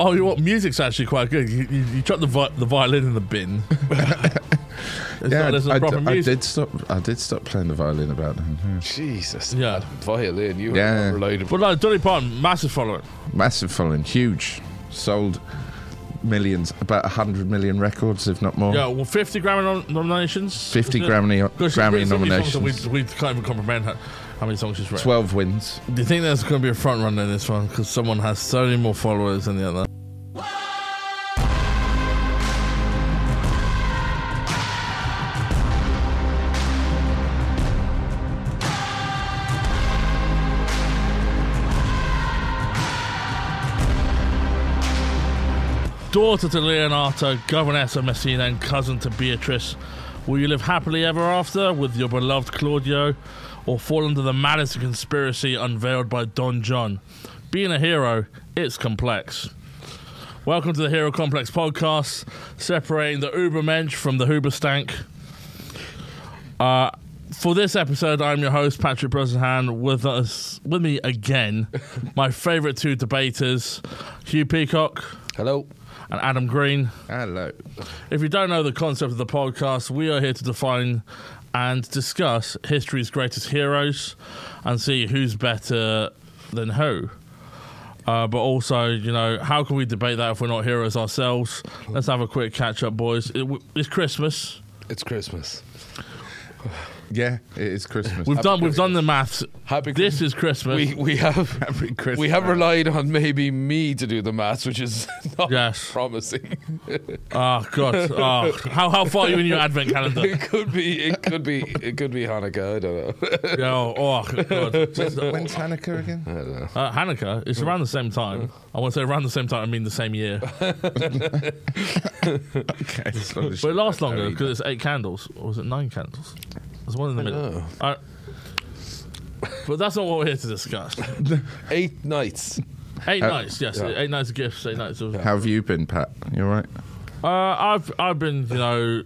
Oh, you what? Music's actually quite good. You, you, you chuck the vi- the violin in the bin. There's yeah, not, there's I, no I proper d- I music. did stop. I did stop playing the violin about then. yeah. Jesus. Yeah. Violin, you Yeah. are related. But no, Dolly Parton, massive following. Massive following, huge, sold millions, about hundred million records, if not more. Yeah, well, 50 Grammy nom- nominations. 50 isn't it? Grammy, 'Cause she Grammy did so many songs that nominations, We, we can't even comprehend how, how many songs she's written. 12 wins. Do you think there's going to be a front runner in this one? Because someone has so many more followers than the other. Daughter to Leonardo, governess of Messina, and cousin to Beatrice, will you live happily ever after with your beloved Claudio, or fall under the madness of conspiracy unveiled by Don John? Being a hero, it's complex. Welcome to the Hero Complex podcast, separating the Ubermensch from the Huberstank. Uh, for this episode, I'm your host, Patrick Brosnahan. With us, with me again, my favourite two debaters, Hugh Peacock Hello. and Adam Green. Hello. If you don't know the concept of the podcast, we are here to define and discuss history's greatest heroes and see who's better than who. Uh, but also, you know, how can we debate that if we're not heroes ourselves? Let's have a quick catch up, boys. It, w- it's Christmas. It's Christmas. Yeah, it is Christmas. We've done. We've done the maths. Happy This is Christmas. We we have Happy Christmas. we have relied on maybe me to do the maths, which is not Yes. promising. oh God. Oh, how how far are you in your advent calendar? it could be it could be it could be Hanukkah. I don't know. Yeah, oh, oh God. Just, uh, When's Hanukkah again? I don't know. Uh, Hanukkah, it's around the same time. I want to say around the same time, I mean the same year. But Okay. it's not a sh- it lasts longer because it's eight candles. Or was it nine candles? There's one in the middle. know. Uh, but that's not what we're here to discuss. Eight nights. Eight Uh, nights, yes. yeah. Eight nights of gifts, eight nights of. How have you been, Pat? You all right? Uh, I've, I've been, you know,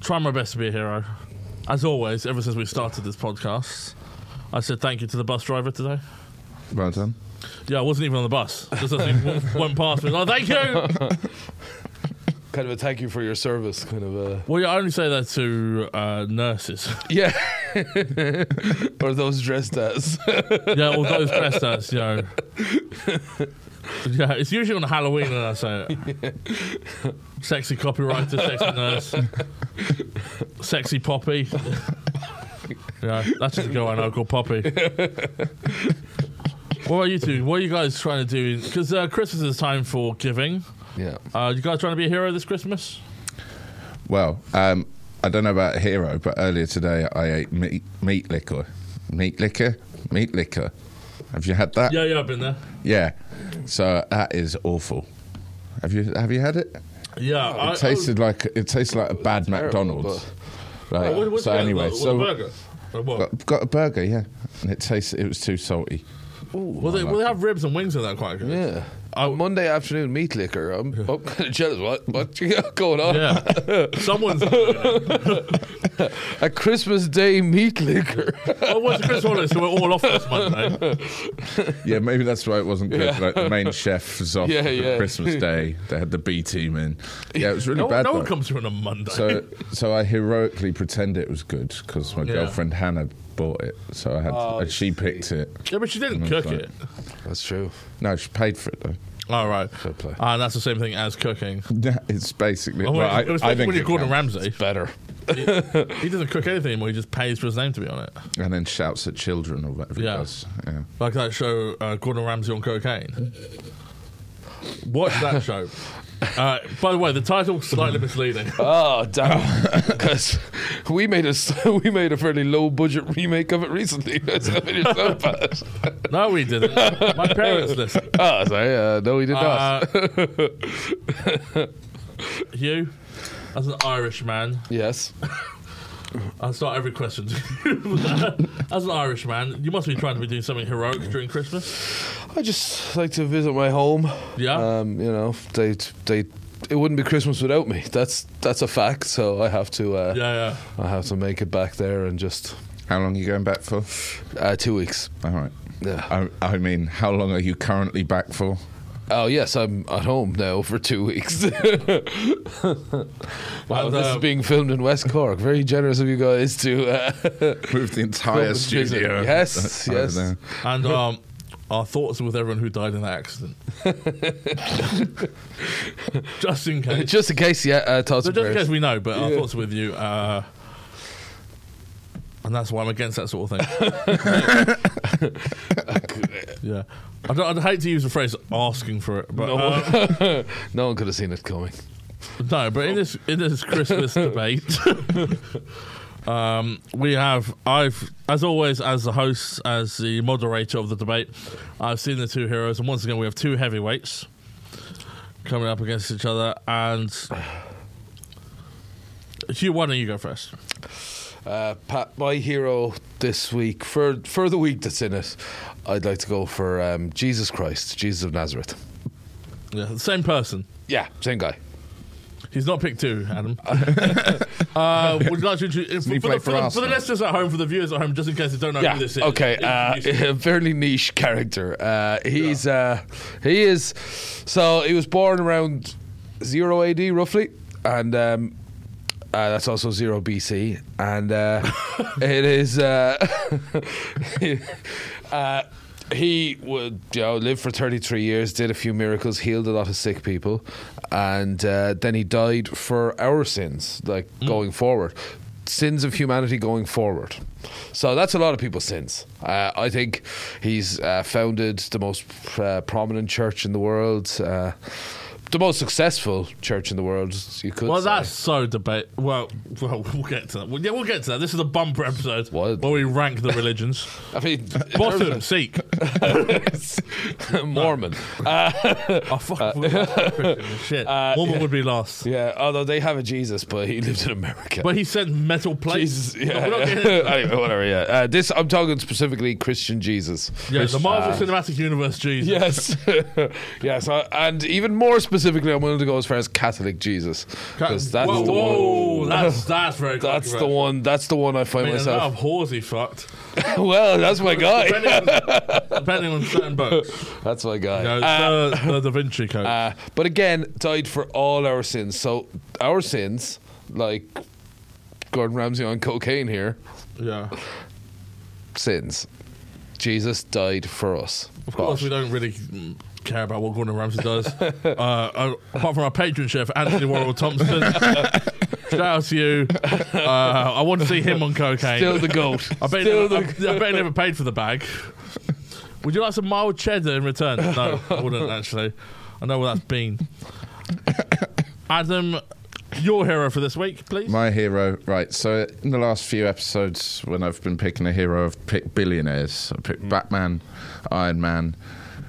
trying my best to be a hero. As always, ever since we started this podcast, I said thank you to the bus driver today. Well done. Yeah, I wasn't even on the bus. Just as he w- went past me. Like, thank you! Kind of a thank you for your service. Kind of a Well, yeah, I only say that to uh, nurses. yeah. or those dressed as. Yeah, all those dressed as, you know. Yeah, it's usually on Halloween that I say it. Sexy copywriter, sexy nurse, sexy poppy. Yeah, that's just a girl I know called Poppy. what are you two? What are you guys trying to do? Because uh, Christmas is time for giving. yeah. Uh, you guys trying to be a hero this Christmas? Well, um, I don't know about Hero, but earlier today I ate meat, meat liquor. Meat liquor? Meat liquor. Have you had that? Yeah, yeah, I've been there. Yeah. So that is awful. Have you have you had it? Yeah, I, It tasted like it tasted like a bad terrible, McDonald's. Right. Oh, what- what's so that? anyway, What, what, so burger? Or what? got, got a burger, yeah, and it tastes it was too salty. well, they, well, they have ribs and wings in that quite good. Yeah. I- Monday afternoon meat liquor. I'm, I'm kind of jealous. What what you got going on? Yeah. Someone's. oh, A Christmas Day meat liquor. what's Chris Wallace? So we're all off this Monday. Yeah, maybe that's why it wasn't good. Yeah. Like the main chef was off Yeah, for yeah. Christmas Day. They had the B team in. Yeah, it was really No, bad. no one though. comes here on a Monday. so, so I heroically pretend it was good because my Yeah. girlfriend Hannah bought it. So I had, Oh, and she picked it. yeah, but she didn't Mm, cook sorry. it. That's true. No, she paid for it though. All right. play. Ah, and that's the same thing as cooking. Yeah, It's basically. Oh, well, I, it was I like think when you're it Gordon counts. Ramsay. Better. He doesn't cook anything anymore. He just pays for his name to be on it. and then shouts at children or whatever Yeah. he does. Yeah. Like that show, uh, Gordon Ramsay on cocaine. Watch that show. Uh, by the way, the title's slightly misleading. Oh damn! Because we made a s- we made a fairly low budget remake of it recently. That's not really so bad. No, we didn't. My parents listened. Ah, sorry. Uh, no, we did not. Uh, Hugh, as an Irish man, Yes. I start every question. As an Irishman, you must be trying to be doing something heroic during Christmas. I just like to visit my home. Yeah. Um, you know, they they it wouldn't be Christmas without me. That's that's a fact. So I have to uh, Yeah, I have to make it back there and just How long are you going back for? uh, two weeks. All right. Yeah. I, I mean, how long are you currently back for? Oh yes, I'm at home now for two weeks. wow, And, this is uh, being filmed in West Cork. Very generous of you guys to. Uh, Move the entire Open studio. studio. Yes, over yes. there. And um, our thoughts are with everyone who died in that accident. just in case. just in case, yeah, uh, thoughts So and just in prayers. case we know, but our Yeah. thoughts are with you. Uh, and that's why I'm against that sort of thing. yeah. I don't, I'd hate to use the phrase asking for it, but um, no, no, one, no one could have seen it coming. no but in this, in this Christmas debate. Um, we have, I've, as always, as the host, as the moderator of the debate, I've seen the two heroes, and once again, we have two heavyweights coming up against each other. And Hugh, why don't you go first? Uh, Pat, my hero this week for for the week that's in it, I'd like to go for um, Jesus Christ, Jesus of Nazareth. Yeah, the same person. Yeah, same guy. He's not picked two, Adam. uh, would you like to introduce for, he for, play the, for, the, for for the Arsenal? listeners at home, for the viewers at home, just in case they don't know yeah. who this is? Okay. introduce Uh, him. a fairly niche character. Uh, he's uh, he is. So he was born around zero AD roughly, and um, uh, that's also zero BC, and uh, it is. Uh, uh, he would you know, live for 33 years, did a few miracles, healed a lot of sick people, and uh, then he died for our sins, like going forward. Sins of humanity going forward. So that's a lot of people's sins. Uh, I think he's uh, founded the most uh, prominent church in the world, uh, the most successful church in the world, you could Well, say. that's so debate. Well, well, we'll get to that. Well, yeah, we'll get to that. This is a bumper episode What? where we rank the religions. I mean, Bottom, Sikh. Mormon. Oh, fuck. Shit. Mormon would be last. Uh, Yeah, although they have a Jesus, but he lived in America. But he sent metal plates. Jesus, No, yeah. we're not yeah. getting into that. anyway, whatever. Yeah, uh, this I'm talking specifically Christian Jesus. uh, Yeah, the Marvel Cinematic Universe Jesus. Yes, yes, uh, and even more specifically, I'm willing to go as far as Catholic Jesus Ca- because that's whoa, the whoa, one. that's, that's very That's the controversial. one. That's the one I find I mean, a lot myself. of whores he fucked. well, that's my guy. Depending on, depending on certain books. That's my guy. You know, Uh, the, the Da Vinci Code. Uh, but again, died for all our sins. So our sins, like Gordon Ramsay on cocaine here, yeah. sins. Jesus died for us. Of course, we don't really mm, care about what Gordon Ramsay does, uh, uh, apart from our patron chef Anthony Worrell Thompson. Shout out to you. Uh, I want to see him on cocaine. Still the goat. I bet, he Still never, I, I bet he never paid for the bag. Would you like some mild cheddar in return? No, I wouldn't actually. I know what that's been. Adam, your hero for this week, please. My hero, right? So in the last few episodes, when I've been picking a hero, I've picked billionaires. I picked Batman, Iron Man,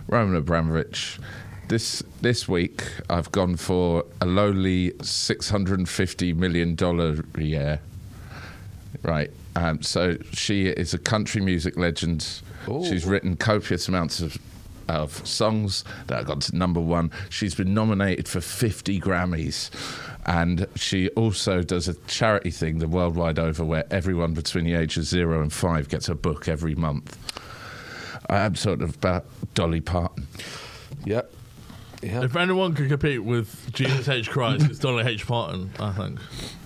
Roman Abramovich. This this week, I've gone for a lowly six hundred and fifty million dollar year. Right. Um, so she is a country music legend. She's written copious amounts of, of songs that have gone to number one. She's been nominated for 50 Grammys. And she also does a charity thing the world wide over where everyone between the age of zero and five gets a book every month. I'm sort of about Dolly Parton. Yeah. Yeah. If anyone could compete with Jesus H. Christ, it's Donald H. Parton, I think.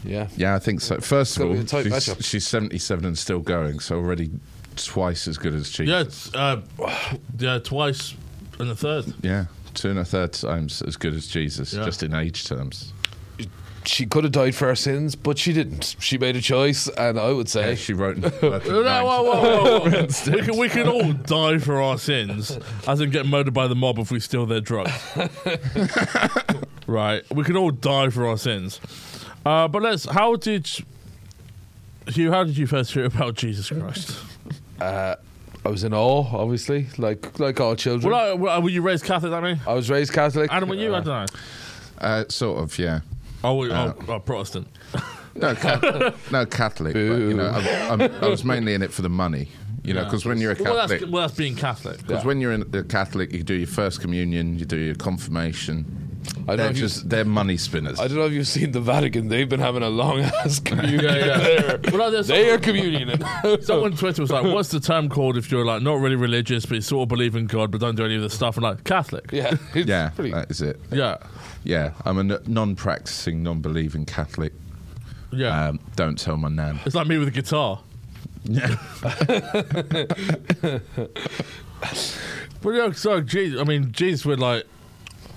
Yeah. Yeah, I think so. First of Gotta be all, a tight she's, matchup. she's 77 and still going, so already twice as good as she. Yeah, it's, uh, yeah, twice and a third. Yeah, two and a third times as good as Jesus, Yeah. just in age terms. She could have died for our sins, but she didn't. She made a choice, and I would say, She wrote. in Birth No, of no, Nine- whoa, whoa, whoa, whoa. we, can, we can all die for our sins, as in get murdered by the mob if we steal their drugs. right, we can all die for our sins. Uh, but let's. How did Hugh? How did you first hear about Jesus Christ? uh, I was in awe, obviously, like like all children. Well, I, well, uh, were you raised Catholic? I mean, I was raised Catholic. Adam, were you? I Uh, don't know. Uh, sort of, yeah. Oh, we- oh, oh, Protestant. No, Catholic. no Catholic. But, you know, I, I'm, I was mainly in it for the money. You know, because when you're a Well, that's Catholic, well, that's being Catholic. because when you're in the Catholic, you do your first communion, you do your confirmation, I They're don't, know if you, just they're money spinners. I don't know if you've seen the Vatican. They've been having a long ass communion. Yeah, yeah. there. Well, no, there's they some- are communioning. Someone on Twitter was like, "What's the term called if you're like not really religious but you sort of believe in God but don't do any of the stuff?" And like Catholic. yeah, it's yeah, pretty- that is it. yeah, Yeah, I'm a n- non-practicing, non-believing Catholic. yeah. Um, don't tell my nan. it's like me with a guitar. Yeah. But yeah, so Jesus, I mean, Jesus would like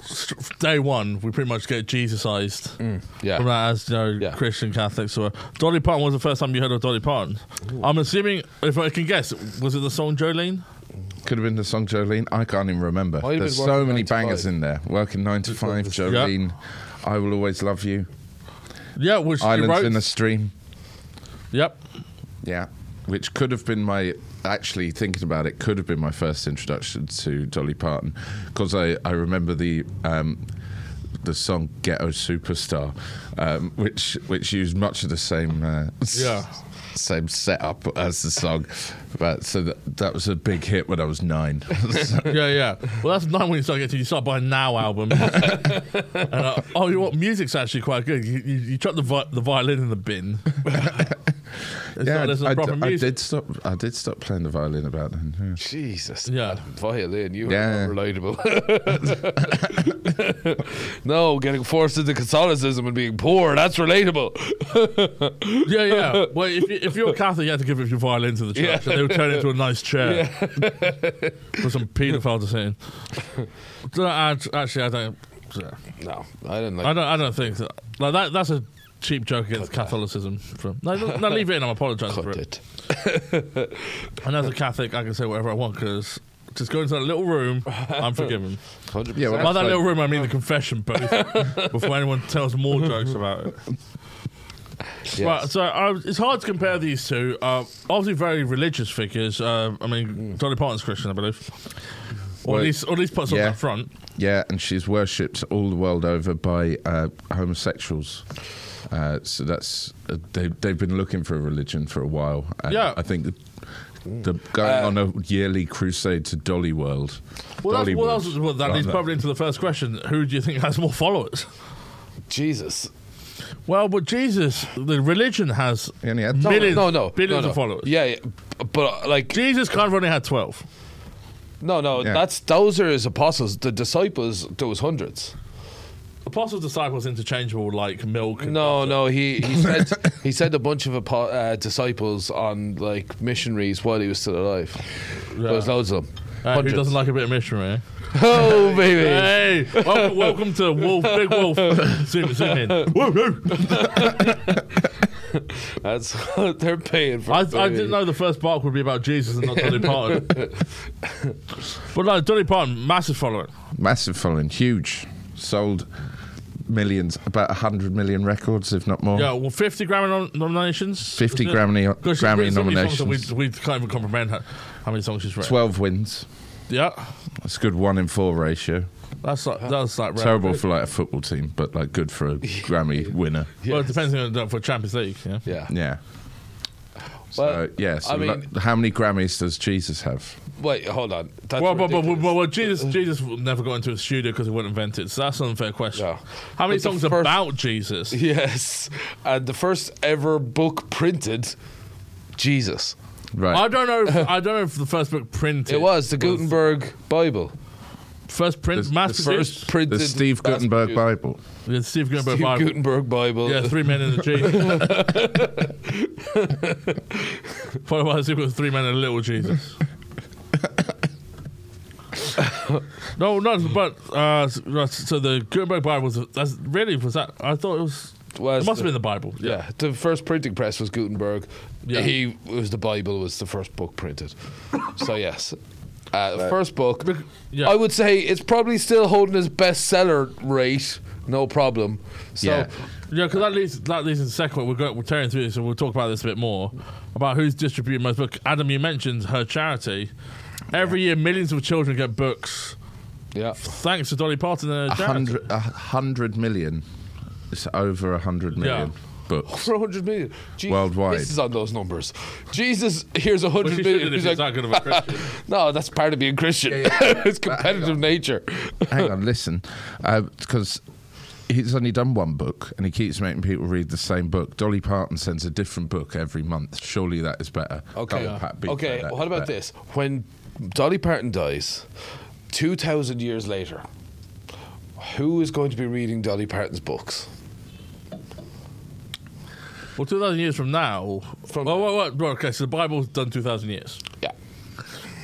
st- day one. We pretty much get Jesusized. Mm, yeah. Right, as you know, Yeah. Christian Catholics were. Dolly Parton was the first time you heard of Dolly Parton. I'm assuming, if I can guess, was it the song Jolene? Could have been the song Jolene. I can't even remember. Might have There's been so Working many Nine to Five. bangers in there. Working nine to five, Jolene. I will always love you. Yeah, which she Islands wrote. in the stream. yep. Yeah, which could have been my actually thinking about it could have been my first introduction to Dolly Parton because I, I remember the um, the song Ghetto Superstar, um, which which used much of the same uh, Yeah. same setup as the song, but so that, that was a big hit when I was nine. So- Yeah, yeah. Well, that's not when you start getting. You start buying now albums. and, uh, oh, you know what? Music's actually quite good. You, you, you chuck the vi- the violin in the bin. It's yeah, not listening I, to I- proper I music. did stop. I did stop playing the violin about then. yeah. Jesus. Yeah. that Violin, you Yeah. are not relatable. no, getting forced into Catholicism and being poor, that's relatable. Yeah, yeah. Well, if, you, if you're a Catholic, you have to give up your violin to the church, Yeah. and they'll turn it into a nice chair for some paedophile to sit in. So, I- Actually, I don't. No, I didn't like I don't. I don't think so. like that. That's a cheap joke against Catholicism. From no, no, no, leave it in. I'm apologising for cut it. it. And as a Catholic, I can say whatever I want because just go into that little room. I'm forgiven. 100%. Yeah, By well, that That's Oh. little room, I mean the confession booth. before anyone tells more jokes about it. Right, so uh, it's hard to compare these two. Uh, obviously, very religious figures. Uh, I mean, Dolly Parton's Christian, I believe. Or Mm. Well, at least, or at least puts yeah. on that front. Yeah, and she's worshipped all the world over by uh, homosexuals. Uh, so that's uh, they, they've been looking for a religion for a while. And Yeah. Uh, I think the, the going on a yearly crusade to Dolly World. Well, that's, Dolly well, World. that's, well, that Right, leads that- probably into the first question: Who do you think has more followers? Jesus. Well, but Jesus, the religion has He only had- No, millions, no, no. billions no, no. of followers. Yeah, yeah. But, like, Jesus kind of only had twelve. no, no, Yeah. that's those are his apostles. The disciples, those hundreds. Apostles, disciples, interchangeable like milk. and No, no, he he said he said a bunch of apo- uh, disciples on like missionaries while he was still alive. There was loads of them. Uh, who Hundreds. doesn't like a bit of missionary? eh? Oh baby, Hey, welcome, welcome to Wolf, Big Wolf. zoom, zoom in. Woo, woo. that's what they're paying for. I, I baby. didn't know the first bark would be about Jesus and not Dolly Parton. but no, Dolly Parton, massive following. Massive following, huge, sold millions, about hundred million records, if not more. Yeah, well, 50 Grammy nom- nominations. 50 wasn't it? Grammy- 'Cause she's Grammy written so many songs that nominations. We, we can't even comprehend how, how many songs she's written. Twelve wins. Yeah, That's a good one in four ratio. that's like, that's like rare. Terrible for like a football team, but like good for a Grammy winner. Well, it depends on the- for Champions League. Yeah. Yeah. Yeah. Well, so, yeah. So I mean- like, how many Grammys does Jesus have? Wait, hold on. That's Well, but, but, but, ridiculous. but, well, Jesus, Jesus never got into a studio because he wouldn't invent it. So that's an unfair question. No. How many But the songs first- about Jesus? Yes, and the first ever book printed, Jesus. Right. I don't know. If, I don't know if the first book printed. It was the Gutenberg Bible. first print. The- mass the produced. First printed. the Steve mass Gutenberg produced. Bible. Yeah, Steve Gutenberg Steve Bible. Gutenberg Bible. Yeah, three men in a tree. Followed by a sequel of three men and a little Jesus. no, not but uh, s- right, so the Gutenberg Bible was that's really was that I thought it was. Was it must have the- been the Bible. Yeah. the first printing press was Gutenberg. Yeah. He it was the Bible was the first book printed. so yes, uh, first book. yeah. I would say it's probably still holding his bestseller rate, no problem. So Yeah. Yeah, because that leads that leads into the second one. We're, go, we're tearing through this, and we'll talk about this a bit more about who's distributing most books. Adam, you mentioned her charity. Every year, millions of children get books yeah, thanks to Dolly Parton and her A charity. hundred, a hundred million. It's over a hundred Yeah. million. books. 400 million. Jesus, Worldwide. This is on those numbers. Jesus, here's 100 Which he million. shouldn't if He's he's not like, good of a Christian. no, that's part of being Christian. it's competitive nature. Hang on, listen, because. He's only done one book, and he keeps making people read the same book. Dolly Parton sends a different book every month. Surely that is better. Okay. Double Pat Beat okay. that What is about better. this? When Dolly Parton dies, two thousand years later, who is going to be reading Dolly Parton's books? Well, 2,000 years from now. From- well, well, well, well, okay, so the Bible's done 2,000 years. Yeah.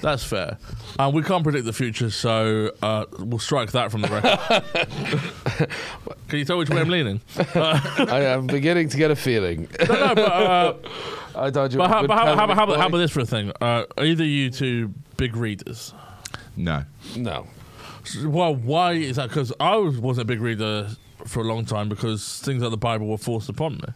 That's fair. Um, we can't predict the future, so uh, we'll strike that from the record. Can you tell which way I'm leaning? Uh, I am beginning to get a feeling. no, no, but, uh, I thought you. but, how, would but how, tell how, me, about- how, about- how boy. about this for a thing? Uh, either you two big readers. No. No. Well, why is that? Because I was, wasn't a big reader for a long time because things like the Bible were forced upon me.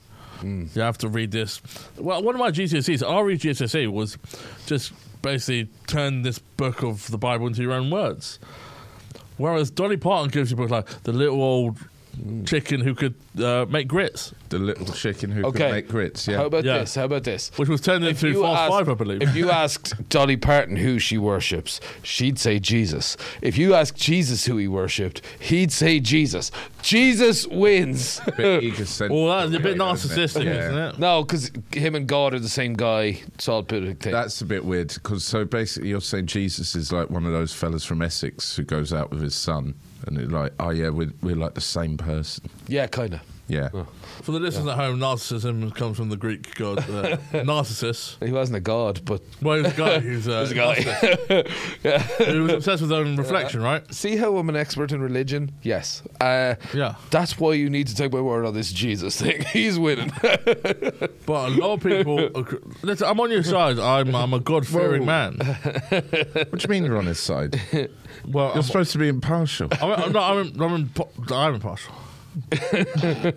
You have to read this. Well, one of my GCSEs, RE GCSE, E, was just basically turn this book of the Bible into your own words. Whereas Dolly Parton gives you books like The Little Old Chicken Who Could uh, Make Grits, The little chicken who Okay. could make grits. Yeah. How about Yeah. this? How about this? which was turned If into you Fast asked- Five, I believe. If you asked Dolly Parton who she worships, she'd say Jesus. If you asked Jesus who he worshipped, he'd say Jesus. Jesus wins. Bit egocentric, well, that's a bit really, isn't narcissistic, Yeah. isn't it? No, because him and God are the same guy. It's all political thing. That's a bit weird because so basically you're saying Jesus is like one of those fellas from Essex who goes out with his son and it's like, oh yeah, we're, we're like the same person. yeah, kind of. Yeah. For the listeners at home, narcissism comes from the Greek god uh, Narcissus. He wasn't a god, but Well, he was a guy who's uh, was a guy. He was obsessed with his own reflection, right? See how I'm an expert in religion? Yes. Uh, Yeah. That's why you need to take my word on this Jesus thing. He's winning. But a lot of people. Listen, I'm on your side. I'm, I'm a God fearing Whoa. man. What do you mean you're on his side? You're Well, I'm, supposed to be impartial. I'm, I'm not. I'm, I'm, imp- I'm impartial.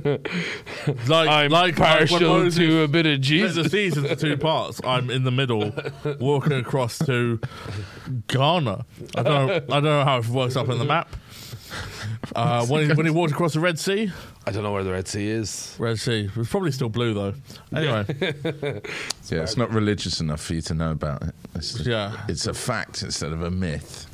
like, like partial like when Moses to a bit of split Jesus. The season into two parts. I'm in the middle, walking across to Ghana. I don't. Know, I don't know how it works up in the map. Uh, when, he, when he walked across the Red Sea, I don't know where the Red Sea is. Red Sea it was probably still blue though. Anyway, yeah, it's not religious enough for you to know about it. It's just- Yeah. It's a fact instead of a myth.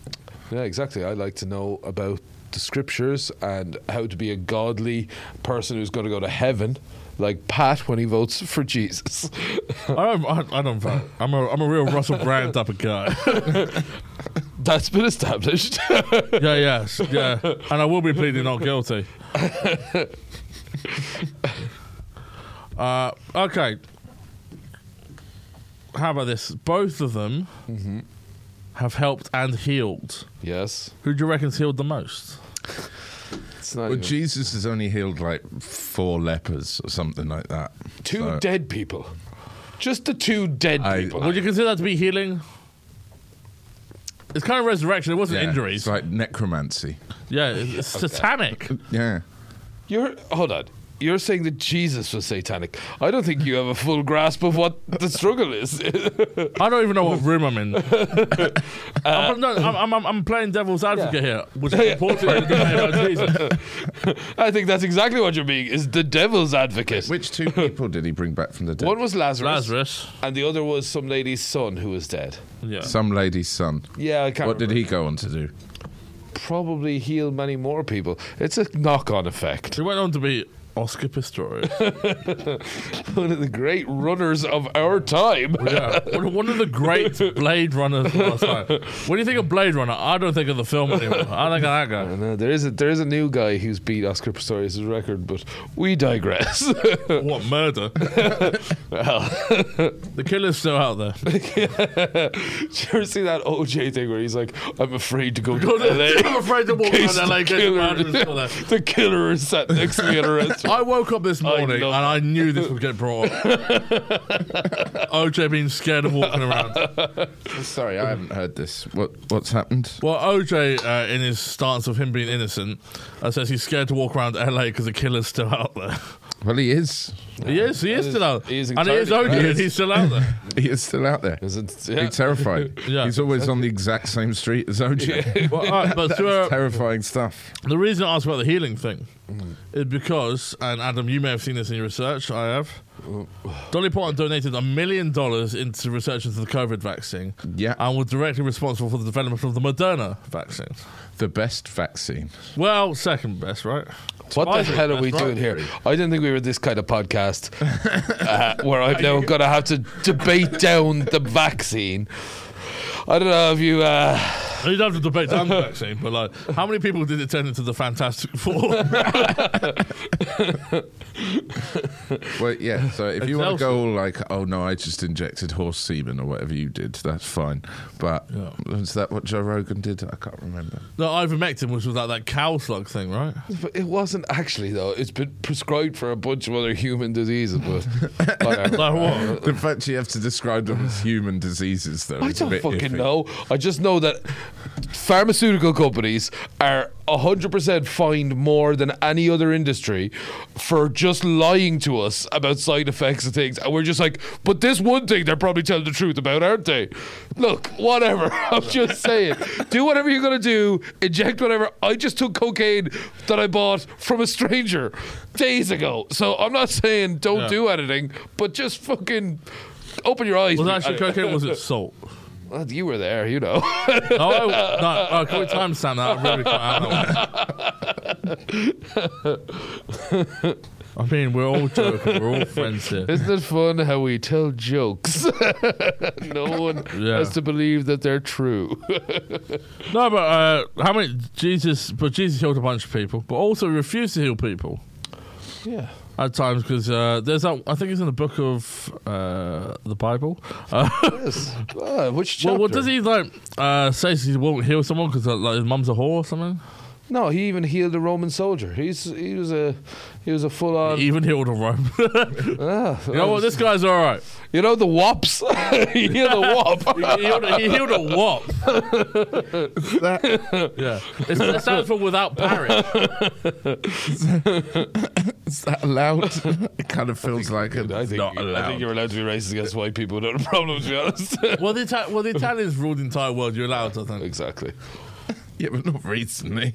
Yeah, exactly. I like to know about the scriptures and how to be a godly person who's going to go to heaven, like Pat when he votes for Jesus. I don't. I, I don't vote. I'm a. I'm a real Russell Brand type of guy. that's been established. Yeah, yes, yeah. And I will be pleading not guilty. uh, okay. How about this? Both of them Mm-hmm. have helped and healed. yes. Who do you reckon's healed the most? It's not Oh, Well, even- Jesus has only healed like four lepers or something like that. two So- dead people. Just the two dead I- people. Would you consider that to be healing? It's kind of resurrection. It wasn't Yeah, injuries. It's like necromancy. yeah, it's it's satanic. Yeah. You're hold on. You're saying that Jesus was satanic. I don't think you have a full grasp of what the struggle is. I don't even know what room I'm in. I'm, no, I'm, I'm, I'm playing devil's advocate here, which is important in the name of Jesus. I think that's exactly what you're being is the devil's advocate. Which two people did he bring back from the dead? One was Lazarus, Lazarus. and the other was some lady's son who was dead. Yeah. Some lady's son. Yeah, I can't. What did he go on to do? probably heal many more people? It's a knock-on effect. he went on to be Oscar Pistorius. One of the great runners of our time. yeah. One one of the great Blade Runners of all time. When you think of Blade Runner, I don't think of the film anymore. I think of that I guy. know, there is a there is a new guy who's beat Oscar Pistorius' record, but we digress. What murder? the killer's still out there. Did you ever see that OJ thing where he's like, "I'm afraid to go to I'm LA." afraid to walk Case around LA. the, Case the murderer's still killer, there. the killer is sat next to me at a restaurant. I woke up this morning and love I knew this would get brought up. OJ being scared of walking around. Sorry, I haven't heard this. What what's happened? Well, OJ, uh, in his stance of him being innocent, uh, says he's scared to walk around LA because the killer's still out there. Well, he is. He is. He is is- still out. he is and he is entirely Odin. correct. and He's still out there. He is still out there. Is it- He's yeah. terrified. Yeah. He's always on the exact same street as OJ. Well, all right, but That's Stuart, terrifying stuff. the reason I asked about the healing thing Mm. is because, and Adam, you may have seen this in your research. I have. Dolly Parton donated a million dollars into research into the COVID vaccine. Yeah. And was directly responsible for the development of the Moderna vaccine. The best vaccine. Well, second best, right? What I the think hell are we that's doing right. here? I didn't think we were this kind of podcast uh, where I'm now going to have to debate down the vaccine. I don't know if you. Uh, You don't have to debate down the vaccine, but like, how many people did it turn into the Fantastic Four? Well, yeah. So if you want to Excelsior. go all like, oh no, I just injected horse semen or whatever you did, that's fine. But is that what Joe Rogan did? I can't remember. no, ivermectin was without that cow slug thing, right? But it wasn't actually though. It's been prescribed for a bunch of other human diseases, but whatever. Like what? The fact you have to describe them as human diseases, though, I is a don't bit fucking iffy. know. I just know that pharmaceutical companies are 100% fined more than any other industry for just lying to us about side effects and things. And we're just like, but this one thing they're probably telling the truth about, aren't they? Look, whatever. I'm just saying. do whatever you're going to do, inject whatever. I just took cocaine that I bought from a stranger days ago. So I'm not saying don't Yeah. do anything, but just fucking. Open your eyes. Was it actually cocaine? or Was it salt? Well, you were there, you know. Oh, I, no, oh, can we timestamp that? I really can't have that one. I mean, we're all joking. We're all friends here. Isn't it fun how we tell jokes? no one Yeah. has to believe that they're true. No, but uh, how many Jesus? But Jesus healed a bunch of people, but also refused to heal people yeah. at times because uh, there's that. I think it's in the book of uh, the Bible. Uh, Yes. Ah, which chapter? well, what does he like uh, say? He won't heal someone because uh, like his mum's a whore or something. No, he even healed a Roman soldier. He's he was a he was a full on. He even healed a Rome. you know what? This guy's all right. you know the wops. he healed the He wop. healed, he healed a what? That, Yeah, it's, it stands for without parish. is that allowed? it kind of feels like it's I think, not I allowed. think you're allowed to be racist against white people without a problem. To be honest. Well, the Ita- well the Italians ruled the entire world. You're allowed, I think. exactly. yeah, but not recently.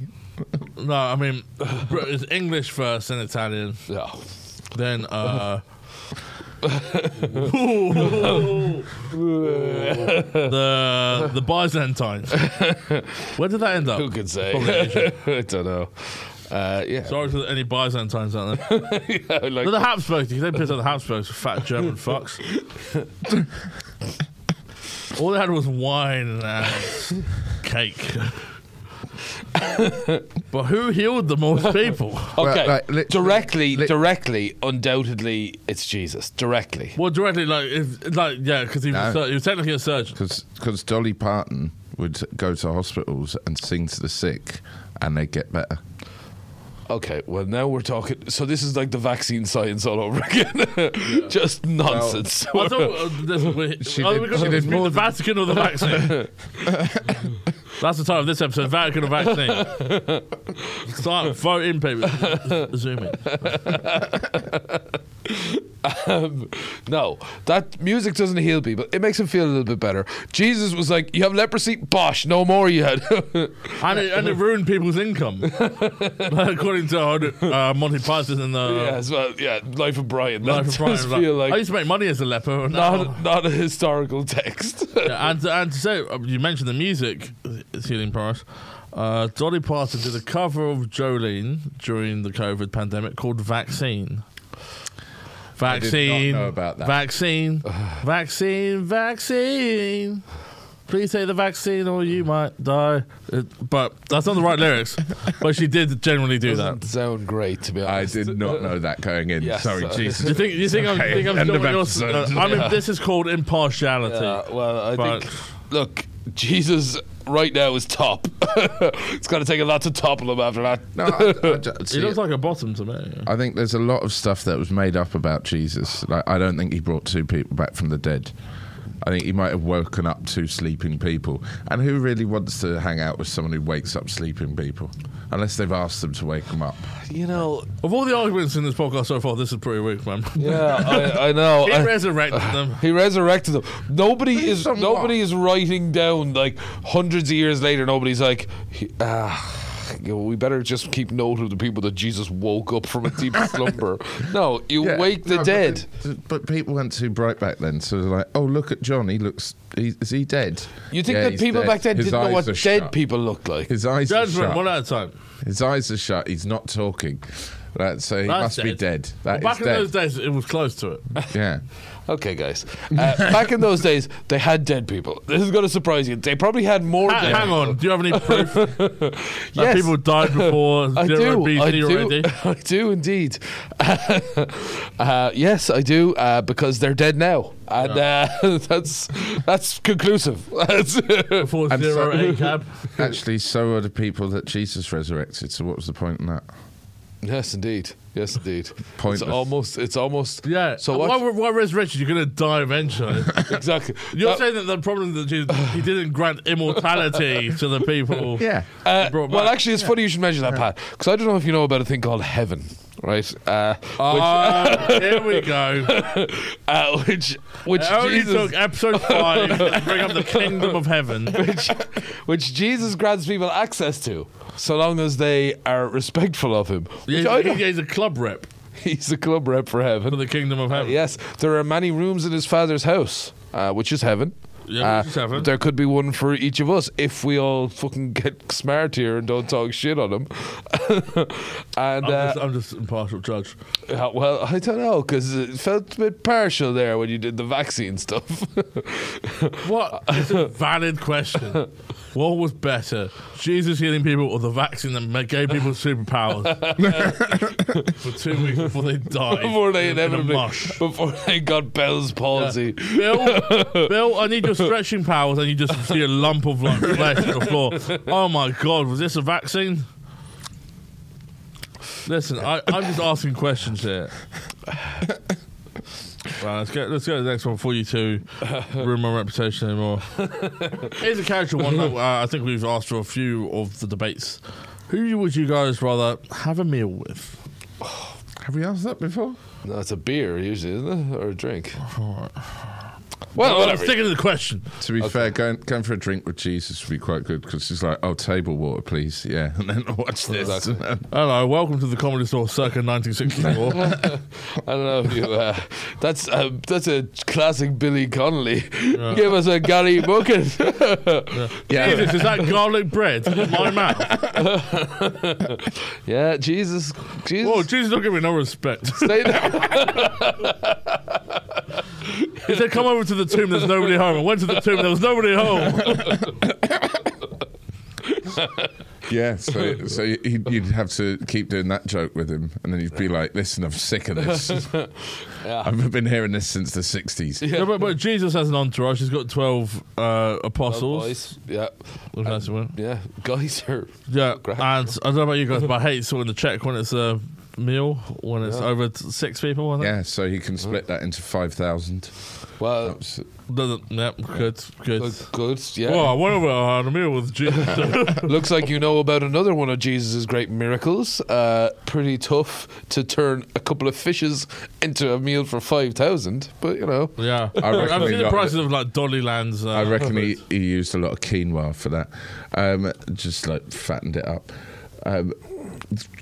No, I mean Brit- it's English first, then Italian, Yeah. then. uh the the Byzantines. Where did that end up? Who could say? Probably Asia. I don't know. Uh, yeah. Sorry to any Byzantines out there. Yeah, like- But the Habsburgs, you can piss on the Habsburgs, fat German fucks. All they had was wine and uh, cake. but who healed the most people? Okay, Well, like, lit- directly, lit- directly, undoubtedly, it's Jesus. Directly. Well, directly, like, if, like, yeah, because he, was No. sur- he was technically a surgeon. Because Dolly Parton would go to hospitals and sing to the sick, and they get better. Okay, well now we're talking. So this is like the vaccine science all over again. Just nonsense. I thought uh, this, we, She are did- we she going did to the more Vatican or the vaccine? That's the title of this episode: Vatican or vaccine. Start voting, people. Zoom in. Um, no, that music doesn't heal people. It makes them feel a little bit better. Jesus was like, "You have leprosy, bosh, no more." You had. Uh, and it, and it ruined people's income, according to uh, Monty Python and the yes, well, yeah, life of Brian. That Life of Brian. does Like, feel I like used to make money as a leper, and now- not not a historical text. Yeah, and and to say uh, you mentioned the music, it's healing Paris. Uh, Dolly Parton did a cover of Jolene during the COVID pandemic called "Vaccine." did not Vaccine. know about that. Vaccine. vaccine. Vaccine. Please take the vaccine or you might die. It- but that's not the right lyrics. But she did generally do that. Doesn't sound great to be I honest. did not know that going in. Yes. Sorry, You Jesus. think you think I'm, Okay, think I'm end doing of your, episode. uh, I mean, this is called impartiality. Yeah, well, I But- think. Look, Jesus right now is top. it's going to take a lot to topple him after that. No, I, I ju- He see, looks like a bottom to me. I think there's a lot of stuff that was made up about Jesus. Like, I don't think he brought two people back from the dead. I think he might have woken up two sleeping people. And who really wants to hang out with someone who wakes up sleeping people? Unless they've asked them to wake them up. You know, Of all the arguments in this podcast so far, this is pretty weak, man. yeah, Uh, I, I know. He I- resurrected them. He resurrected them. Nobody is somewhat. nobody is writing down like hundreds of years later. Nobody's like, "He- ah, you know, we better just keep note of the people that Jesus woke up from a deep slumber. No, you Yeah, wake the no, but dead. the- But, people weren't too bright back then, so they're like, "Oh, look at John. He looks. He, is he dead? You think Yeah, that he's people dead. back then His didn't know eyes what are dead shut. people looked like? His eyes are Judgment, shut. one at a time. His eyes are shut. He's not talking. Right, so he That's must be dead. That Back is in dead. those days, it was close to it. yeah. Okay, guys. Uh, back in those days, they had dead people. This is going to surprise you. They probably had more. Ha- dead hang on, do you have any proof that Yes. people died before I zero do. BC I do. already? I do indeed. uh, yes, I do uh, because they're dead now, and uh, that's that's conclusive. That's Before And zero so- A cab. Actually, so are the people that Jesus resurrected. So what was the point in that? yes, indeed. Yes, indeed. Pointless. It's almost. It's almost. Yeah. So why, what? why, why resurrection? You're going to die eventually. exactly. Uh, You're That- saying that the problem that Jesus, he didn't grant immortality to the people. Yeah. Uh, he brought well, back. actually, it's funny you should mention that, Pat, because I don't know if you know about a thing called heaven, right? Uh, Ah, here we go. which, uh, which, which It only Jesus, took episode five to bring up the kingdom of heaven. which, which Jesus grants people access to, so long as they are respectful of him. Which He's, I don't- he's a club rep he's a club rep for for heaven. the kingdom of heaven. Yes, there are many rooms in his father's house, uh, which is heaven. Uh, Yeah, which is heaven. There could be one for each of us if we all fucking get smart here and don't talk shit on him. and I'm, uh, just, I'm just an impartial judge. uh, well, I don't know because it felt a bit partial there when you did the vaccine stuff. What? It's a valid question. What was better, Jesus healing people or the vaccine that ma- gave people superpowers for two weeks before they died? before they in a inevitably, mush? before they got Bell's palsy. Bill, Bill, I need your stretching powers, and you just see a lump of like flesh on the floor. Oh my God, was this a vaccine? Listen, I, I'm just asking questions here. Right, let's go. Let's go to the next one before you two ruin my reputation anymore. Here's a character one that uh, I think we've asked for a few of the debates. Who would you guys rather have a meal with? Have we asked that before? No, it's a beer usually, isn't it, or a drink? Well, Well, I'm whatever. sticking to the question. To be fair, going, going for a drink with Jesus would be quite good because he's like, "Oh, table water, please." Yeah, and then watch this. Exactly. Hello, welcome to the Comedy Store circa 1964. I don't know if you. Uh, that's uh, that's a classic Billy Connolly. Give us a Gary bucket. Jesus, is that garlic bread in my mouth? yeah, Jesus, Jesus. Whoa, Oh, Jesus don't give me no respect. Stay there. He said, come over to the tomb, there's nobody home. I went to the tomb, there was nobody home. Yeah, so so you- you'd have to keep doing that joke with him, and then you'd be like, "Listen, I'm sick of this. I've been hearing this since the '60s." Yeah, but, but Jesus has an entourage. He's got 12 uh, apostles. Boys, Yeah, If that's the one. yeah. Guys are. Yeah, and Great. I don't know about you guys, but I hate sorting the check when it's a meal, when it's over t- six people. I think. Yeah, so he can split that into five thousand. Well, Doesn't- yeah, good, good. good. good, Yeah. Well, I went over I had a meal with Jesus. Looks like you know about another one of Jesus' great miracles. Uh, pretty tough to turn a couple of fishes into a meal for five thousand, but you know. yeah. I reckon I've we seen the got prices of like Dolly Lands. Uh, I reckon he, he used a lot of quinoa for that. Um, just like fattened it up. Um,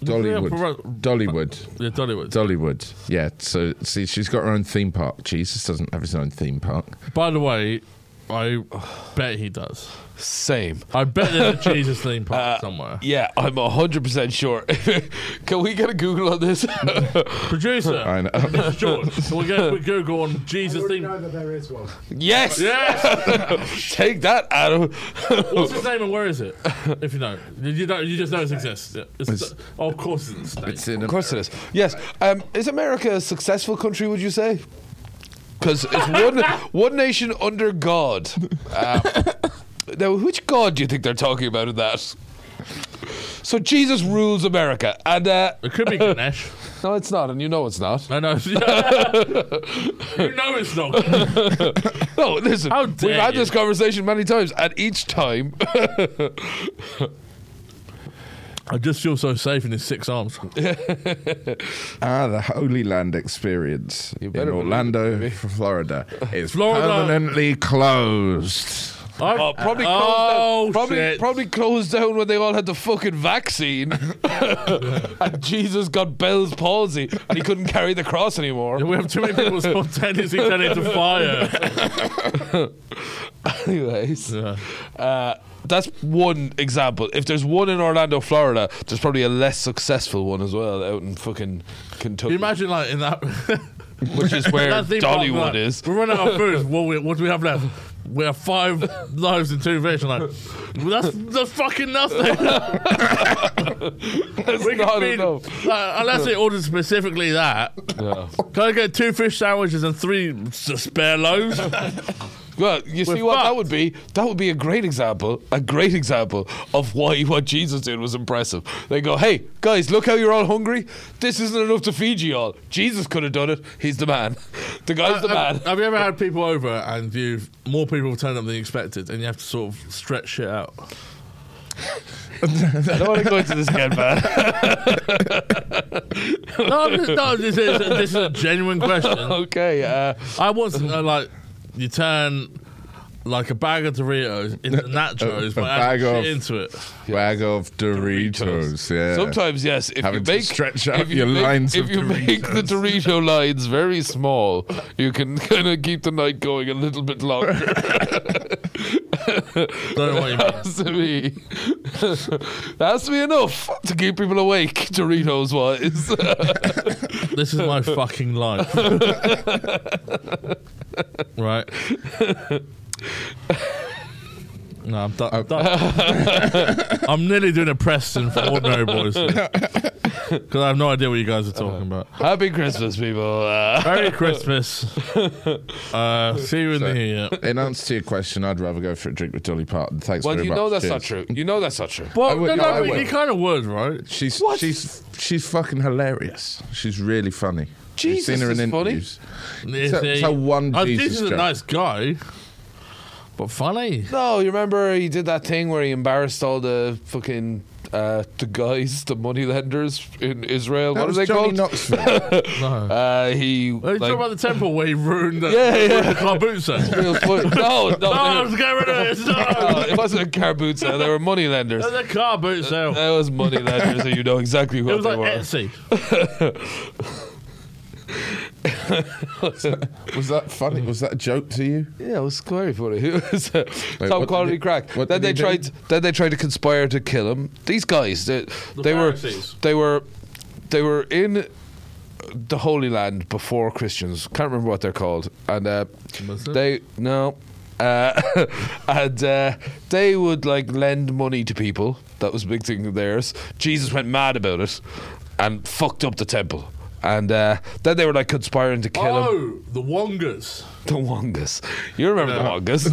Dollywood. but- Dollywood. Yeah, Dollywood. Dollywood. Yeah. So see, she's got her own theme park. Jesus doesn't have his own theme park. By the way, I bet he does. Same. I bet there's a Jesus theme park somewhere. Uh, Yeah, I'm 100% sure. Can we get a Google on this? Producer, I know. George, we'll go with Google on Jesus already theme. know that there is one. yes! Yes. Take that, Adam. What's his name and where is it? If you know, you, you don't. You just know it exists. Yeah. It's- oh, of course, it's in the States. it's in of course it is. Yes. Um, is America a successful country, would you say? Because it's one, one nation under God. Um, now, which God do you think they're talking about in that? So Jesus rules America, and uh, It could be Ganesh. no, it's not, and you know it's not. I know. you know it's not. No, Oh, listen, How we've dare had you. this conversation many times, and each time, I just feel so safe in his six arms. Ah, the Holy Land experience in better believe Orlando, Florida is Florida. permanently closed. I- oh, probably closed Oh, down. Probably, shit. probably closed down when they all had the fucking vaccine, and Jesus got Bell's palsy, and he couldn't carry the cross anymore. We have too many people spontaneously turn into fire. Anyways, Yeah. uh, that's one example. If there's one in Orlando, Florida, there's probably a less successful one as well out in Can fucking Kentucky, you imagine like in that which is where that theme park, Dollywood like, is. We run out of food. What, we, what do we have left? We have five loaves and two fish. I'm like, well, that's that's fucking nothing. we could not feed- enough. like, unless they ordered specifically that. Can I get two fish sandwiches and three s- spare loaves? Well, you see We're what that fucked. would be? That would be a great example, a great example of why what Jesus did was impressive. They go, hey, guys, look how you're all hungry. This isn't enough to feed you all. Jesus could have done it. He's the man. The guy's the man. have, have you ever had people over and you've more people have turned up than you expected and you have to sort of stretch shit out? I don't want to go into this again, man. No, I'm just- no this, is, this is a genuine question. okay. Uh, I once uh, like you turn like a bag of Doritos into nachos, a but bag add shit of- into it. Bag of Doritos. Yeah. Sometimes, yes. If Having you to make, stretch out if you your make- lines If of you make the Dorito lines very small, you can kind of keep the night going a little bit longer. Don't know what you mean. has to be that has to be enough to keep people awake Doritos wise This is my fucking life. right. No, I'm done. I'm, done. I'm nearly doing a Preston for ordinary boys because I have no idea what you guys are talking about. happy Christmas people uh, Merry Christmas. Uh, see you in the year. In answer to your question, I'd rather go for a drink with Dolly Parton. Thanks well very you much. know that's not Cheers. true you know that's not true Well, would- no, no, no, I but would. you kind of would, right? She's What? she's she's fucking hilarious. She's really funny. Jesus You've seen her in is funny. interviews. Is So- he- so one I think Jesus he's Oh, a joke. nice guy, but funny. no you remember he did that thing where he embarrassed all the fucking uh, the guys the moneylenders in Israel That what are was they Johnny called Knoxville. uh, Are he you like- talking about the temple where he ruined the, Yeah, yeah. the car boot sale? real foot- no Oh, no, they let's were- get rid of this. no, No. it wasn't a Carbuzza they were moneylenders There's a car boot sale. that was moneylenders so you know exactly It what was they like were Etsy. was that funny? Was that a joke to you? Yeah, it was very funny. It was uh, what top did quality he- crack. what Then did they he do? tried. Then they tried to conspire to kill him. These guys, they, they were, Pharisees. they were, they were in the Holy Land before Christians. Can't remember what they're called. And uh, Muslim? they no, uh, and uh, they would like lend money to people. That was a big thing of theirs. Jesus went mad about it, and fucked up the temple. And uh, then they were like conspiring to kill him. Oh, the Wongas. The Wongas. You remember the Wongas?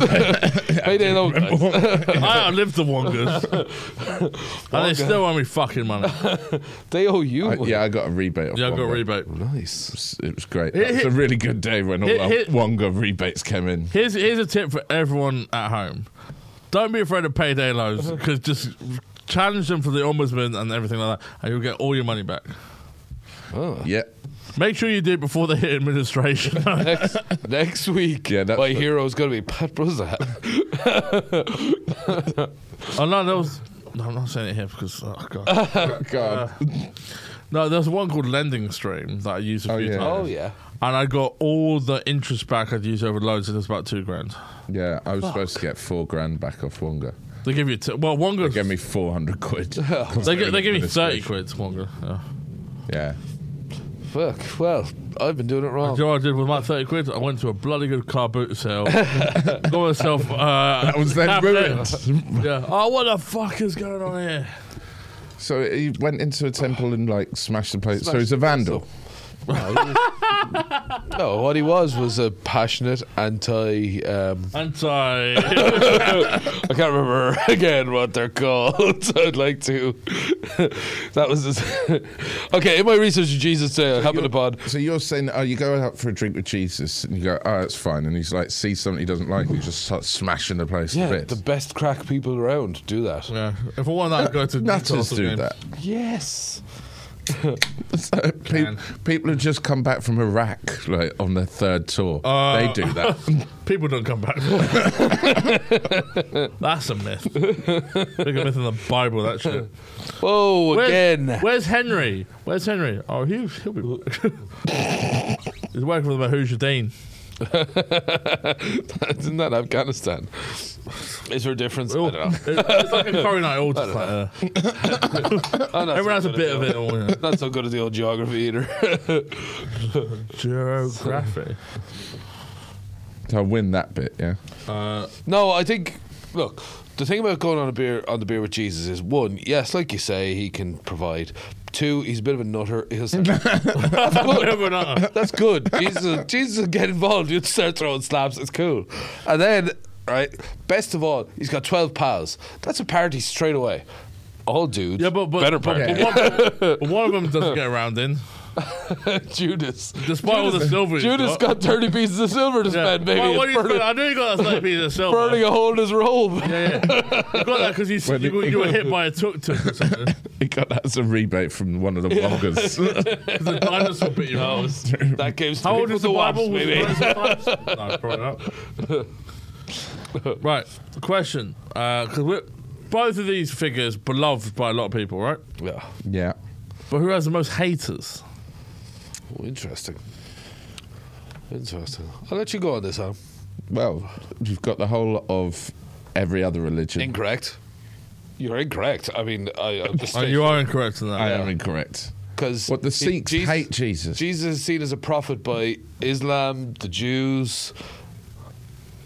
hey, they don't. I outlived the Wongas. and they still owe me fucking money. They owe you. I, one. yeah, I got a rebate. off Yeah, I got a Wonga. rebate. Nice. It was great. It was a really good day when all Hit- our hit- Wonga rebates came in. Here's here's a tip for everyone at home: don't be afraid of payday loans because just challenge them for the ombudsman and everything like that, and you'll get all your money back. Yeah. Make sure you do it before they hit administration. Oh, Next, next week, Yeah, that's my the- hero's going to be Pat Bruzza. oh no, there was. No, I'm not saying it here because oh Uh. god. Uh, God. No, there's one called Lending Stream that I used a Oh, few yeah. times, oh, yeah. and I got all the interest back I'd used over loads, and it was about two grand. yeah, I was supposed to get four grand back off Wonga. They give you t- well, one goes. They gave me 400 quid. They, gi- they give me thirty quid. One go. Yeah. Yeah. Fuck. Well, I've been doing it Oh. Do you wrong. know what I did with my 30 quid? I went to a bloody good car boot sale. got myself. Uh, That was then cabinet. ruined. yeah. Oh, what the fuck is going on here? So he went into a temple and like smashed the place. so he's a vandal. No, what he was was a passionate anti. Um, Anti. I can't remember again what they're called. I'd like to. that was his okay. In my research of Jesus today, I happened upon. So you're saying, oh, you go out for a drink with Jesus, and you go, oh, that's fine, and he's like, sees something he doesn't like, and he just starts smashing the place Yeah, to bits. the best crack people around do that. yeah. If I want that, I'd go to Nutters Newcastle do games. that. Yes. So pe- Can. people who just come back from Iraq, like on their third tour, Uh, they do that. People don't come back. That's a myth. Big a myth in the Bible. That shit. Oh, Where's, again. where's Henry? Where's Henry? Oh, he, he'll be. He's working for the Mahuja Dane. Isn't that Afghanistan? Is there a difference? Oh, I don't know. it- It's like a curry night. All just like, uh, I'm not so everyone has a good bit at of the- it. All, yeah. Not so good at the old geography either. Geography. I win that bit, yeah. Uh, no, I think. Look, the thing about going on a beer on the beer with Jesus is one, yes, like you say, he can provide. Two, he's a bit of a nutter. He'll say, whatever not. That's good. Jesus, Jesus will get involved. You'd start throwing slaps. It's cool. And then, right, best of all, he's got 12 pals. That's a party straight away. All dude. Yeah, but, but better but, party. but one, but one of them doesn't get around in. Judas. Despite all the silver he's Judas got. got 30 pieces of silver to spend, baby. Well, It's what do you burning, think? I knew you got that slight piece of silver. burning a hole in his robe. Yeah, yeah. You got that because you, Well, you, it- you were hit by a tuk tuk or something. He got that as a rebate from one of the bloggers. The dinosaur bit your nose. That gives How to old people was the to watch, Bible? Was baby. it the Bible? no, probably not. right, question. Because we're both of these figures beloved by a lot of people, right? yeah. yeah. But who has the most haters? Oh, interesting. Interesting. I'll let you go on this, Al. Well, you've got the whole of every other religion. Incorrect. You're incorrect. I mean, I, I'm just Oh, you are incorrect in that. I am incorrect. because What the Sikhs hate Jesus. Jesus is seen as a prophet by Islam, the Jews.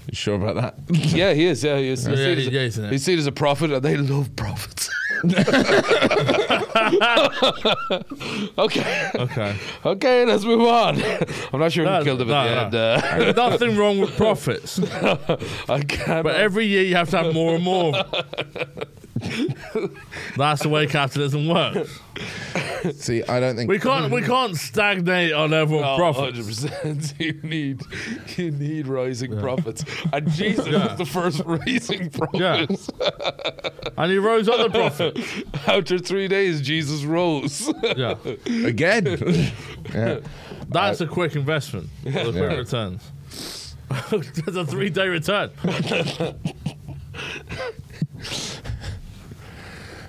You sure about that? Yeah, he is. Yeah, he is. He's, Yeah, seen, he- as a, yeah, he's in it. he's seen as a prophet, and they love prophets. okay, Okay. okay, let's move on. I'm not sure No, who killed him no, at the end. There's nothing wrong with prophets, Uh, I can't. but every year you have to have more and more. That's the way capitalism works. See, I don't think We can't we can't stagnate on everyone prophets. Hundred percent. You need, you need rising prophets, and Jesus is the first rising prophet. And he rose on the prophet. After three days, Jesus rose. Yeah. again. yeah. That's a quick investment. with a quick returns. That's a three day return.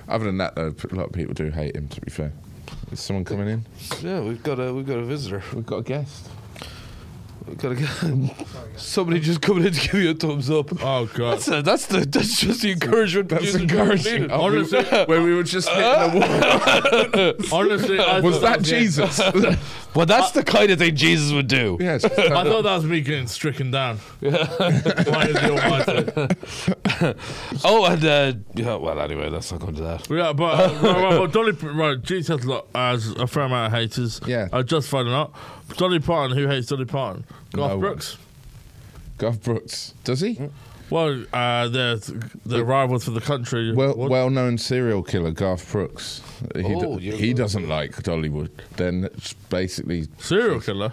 Other than that, though, a lot of people do hate him. To be fair, is someone coming in? yeah, we've got a we've got a visitor. We've got a guest. We've got a guy. Somebody just coming in to give you a thumbs up. Oh god. That's, a, that's the that's just the encouragement. That's Jesus encouraging. needed. Oh, we- Honestly- where we were just hitting the wall. Honestly, I Was thought that was the- Jesus? Oh. Well, that's the kind of thing Jesus would do. yes. I thought that was me getting stricken down. Why is the Almighty? Oh, and uh, yeah, well, anyway, let's not go into that. Yeah, but uh, right, right, well, Dolly, right, Jesus has a, lot, has a fair amount of haters. Yeah. I just found out. Dolly Parton, who hates Dolly Parton? Garth one. Brooks. Garth Brooks. Does he? Well, uh, they're, they're rivals for the country. Well, What? well-known serial killer Garth Brooks. He, d- Oh, you're- he doesn't like Dollywood. Then it's basically, serial killer.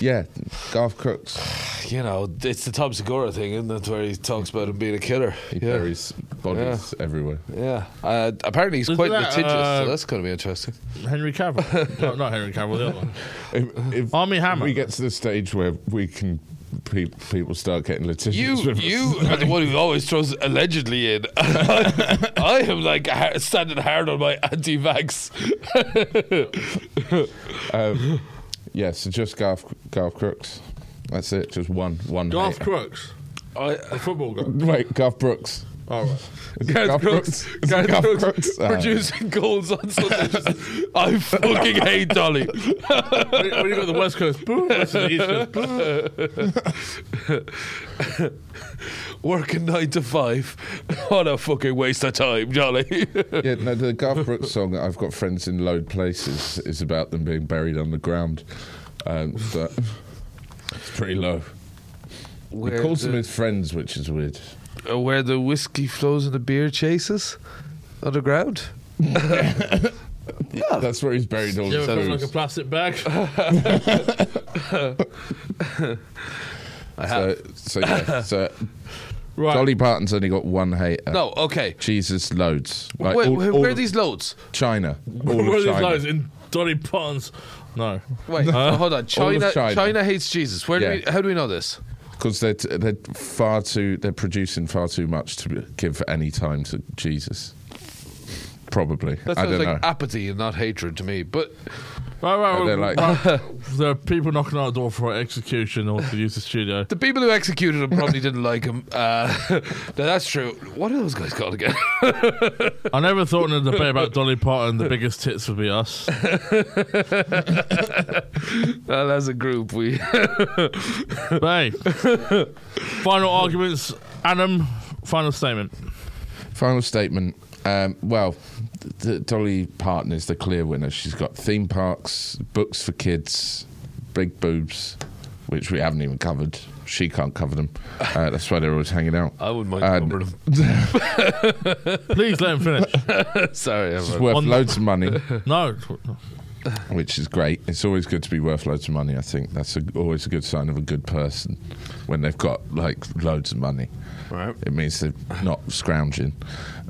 yeah, Garth Brooks. You know, it's the Tom Segura thing, isn't it? Where he talks about him being a killer. He yeah. buries bodies everywhere. Yeah. Uh, apparently, he's Isn't quite that, litigious, uh, so that's going to be interesting. Henry Cavill. no, not Henry Cavill, the other one. If, if Army Oh, Hammer. we get to the stage where we can, pe- people start getting litigious. You with us. you are the one who always throws allegedly in. I am like ha- standing hard on my anti-vax. Um, yeah, so just Garth, Garth Crooks. That's it. Just one, one. Garth hater. Crooks, I, the football guy. Wait, Garth Brooks. All right. Garth Garth Brooks? Brooks, Is it Garth Garth Brooks, Brooks? Ah. producing goals on Sunday. Just, I fucking hate Dolly. When you- when you got the West Coast, boo, versus the East Coast, boo. Working nine to five. What a fucking waste of time, Dolly. Yeah, no, the Garth Brooks song "I've Got Friends in Low Places" is about them being buried on the ground. Um, so it's pretty low. He Where calls them the, his friends, which is weird. uh, where the whiskey flows and the beer chases underground. That's where he's buried all You the ever felt like a time. plastic bag? I have. So, so yeah, so Right. Dolly Parton's only got one hater. no, okay. Jesus, loads. Like Wait, all- where, all where are of these loads? China. All One of of these China. guys in Dolly Parton's. No. Uh, Wait, Huh? hold on. All of China, China. China, hates Jesus. Where do Yeah. we, how do we know this? because they're t- they're far too they're producing far too much to give any time to Jesus. Probably, That I sounds don't like know. apathy and not hatred to me. But Right, right, And they're right, like- right. there are people knocking on our door for execution or to use the studio. the people who executed him probably didn't like him. Uh, now that's true. What are those guys called again? I never thought in a debate about Dolly Parton the biggest tits would be us. well, as a group, we Hey. Final arguments. Adam, final statement. Final statement. Um, well, th- th- Dolly Parton is the clear winner. She's got theme parks, books for kids, big boobs, which we haven't even covered. She can't cover them. Uh, that's why they're always hanging out. I wouldn't mind And- covering them. Please let him finish. Sorry, I'm It's worth On- loads of money, No. which is great. It's always good to be worth loads of money. I think that's a, always a good sign of a good person when they've got like loads of money. right. It means they're not scrounging.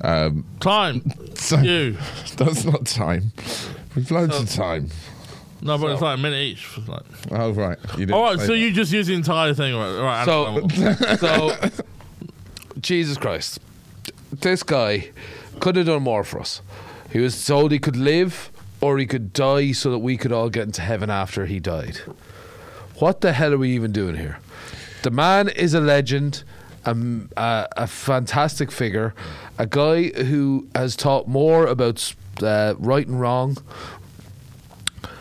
Um, Time. so You. that's not time. We've loads of time. No, but it's like a minute each. It's like- Oh right. You didn't All right, say so that. you just use the entire thing. Right, all right Adam, So, come on. so Jesus Christ, this guy could have done more for us. He was told he could live or he could die so that we could all get into heaven after he died. What the hell are we even doing here? The man is a legend, a, m- a- a fantastic figure, a guy who has taught more about uh, right and wrong.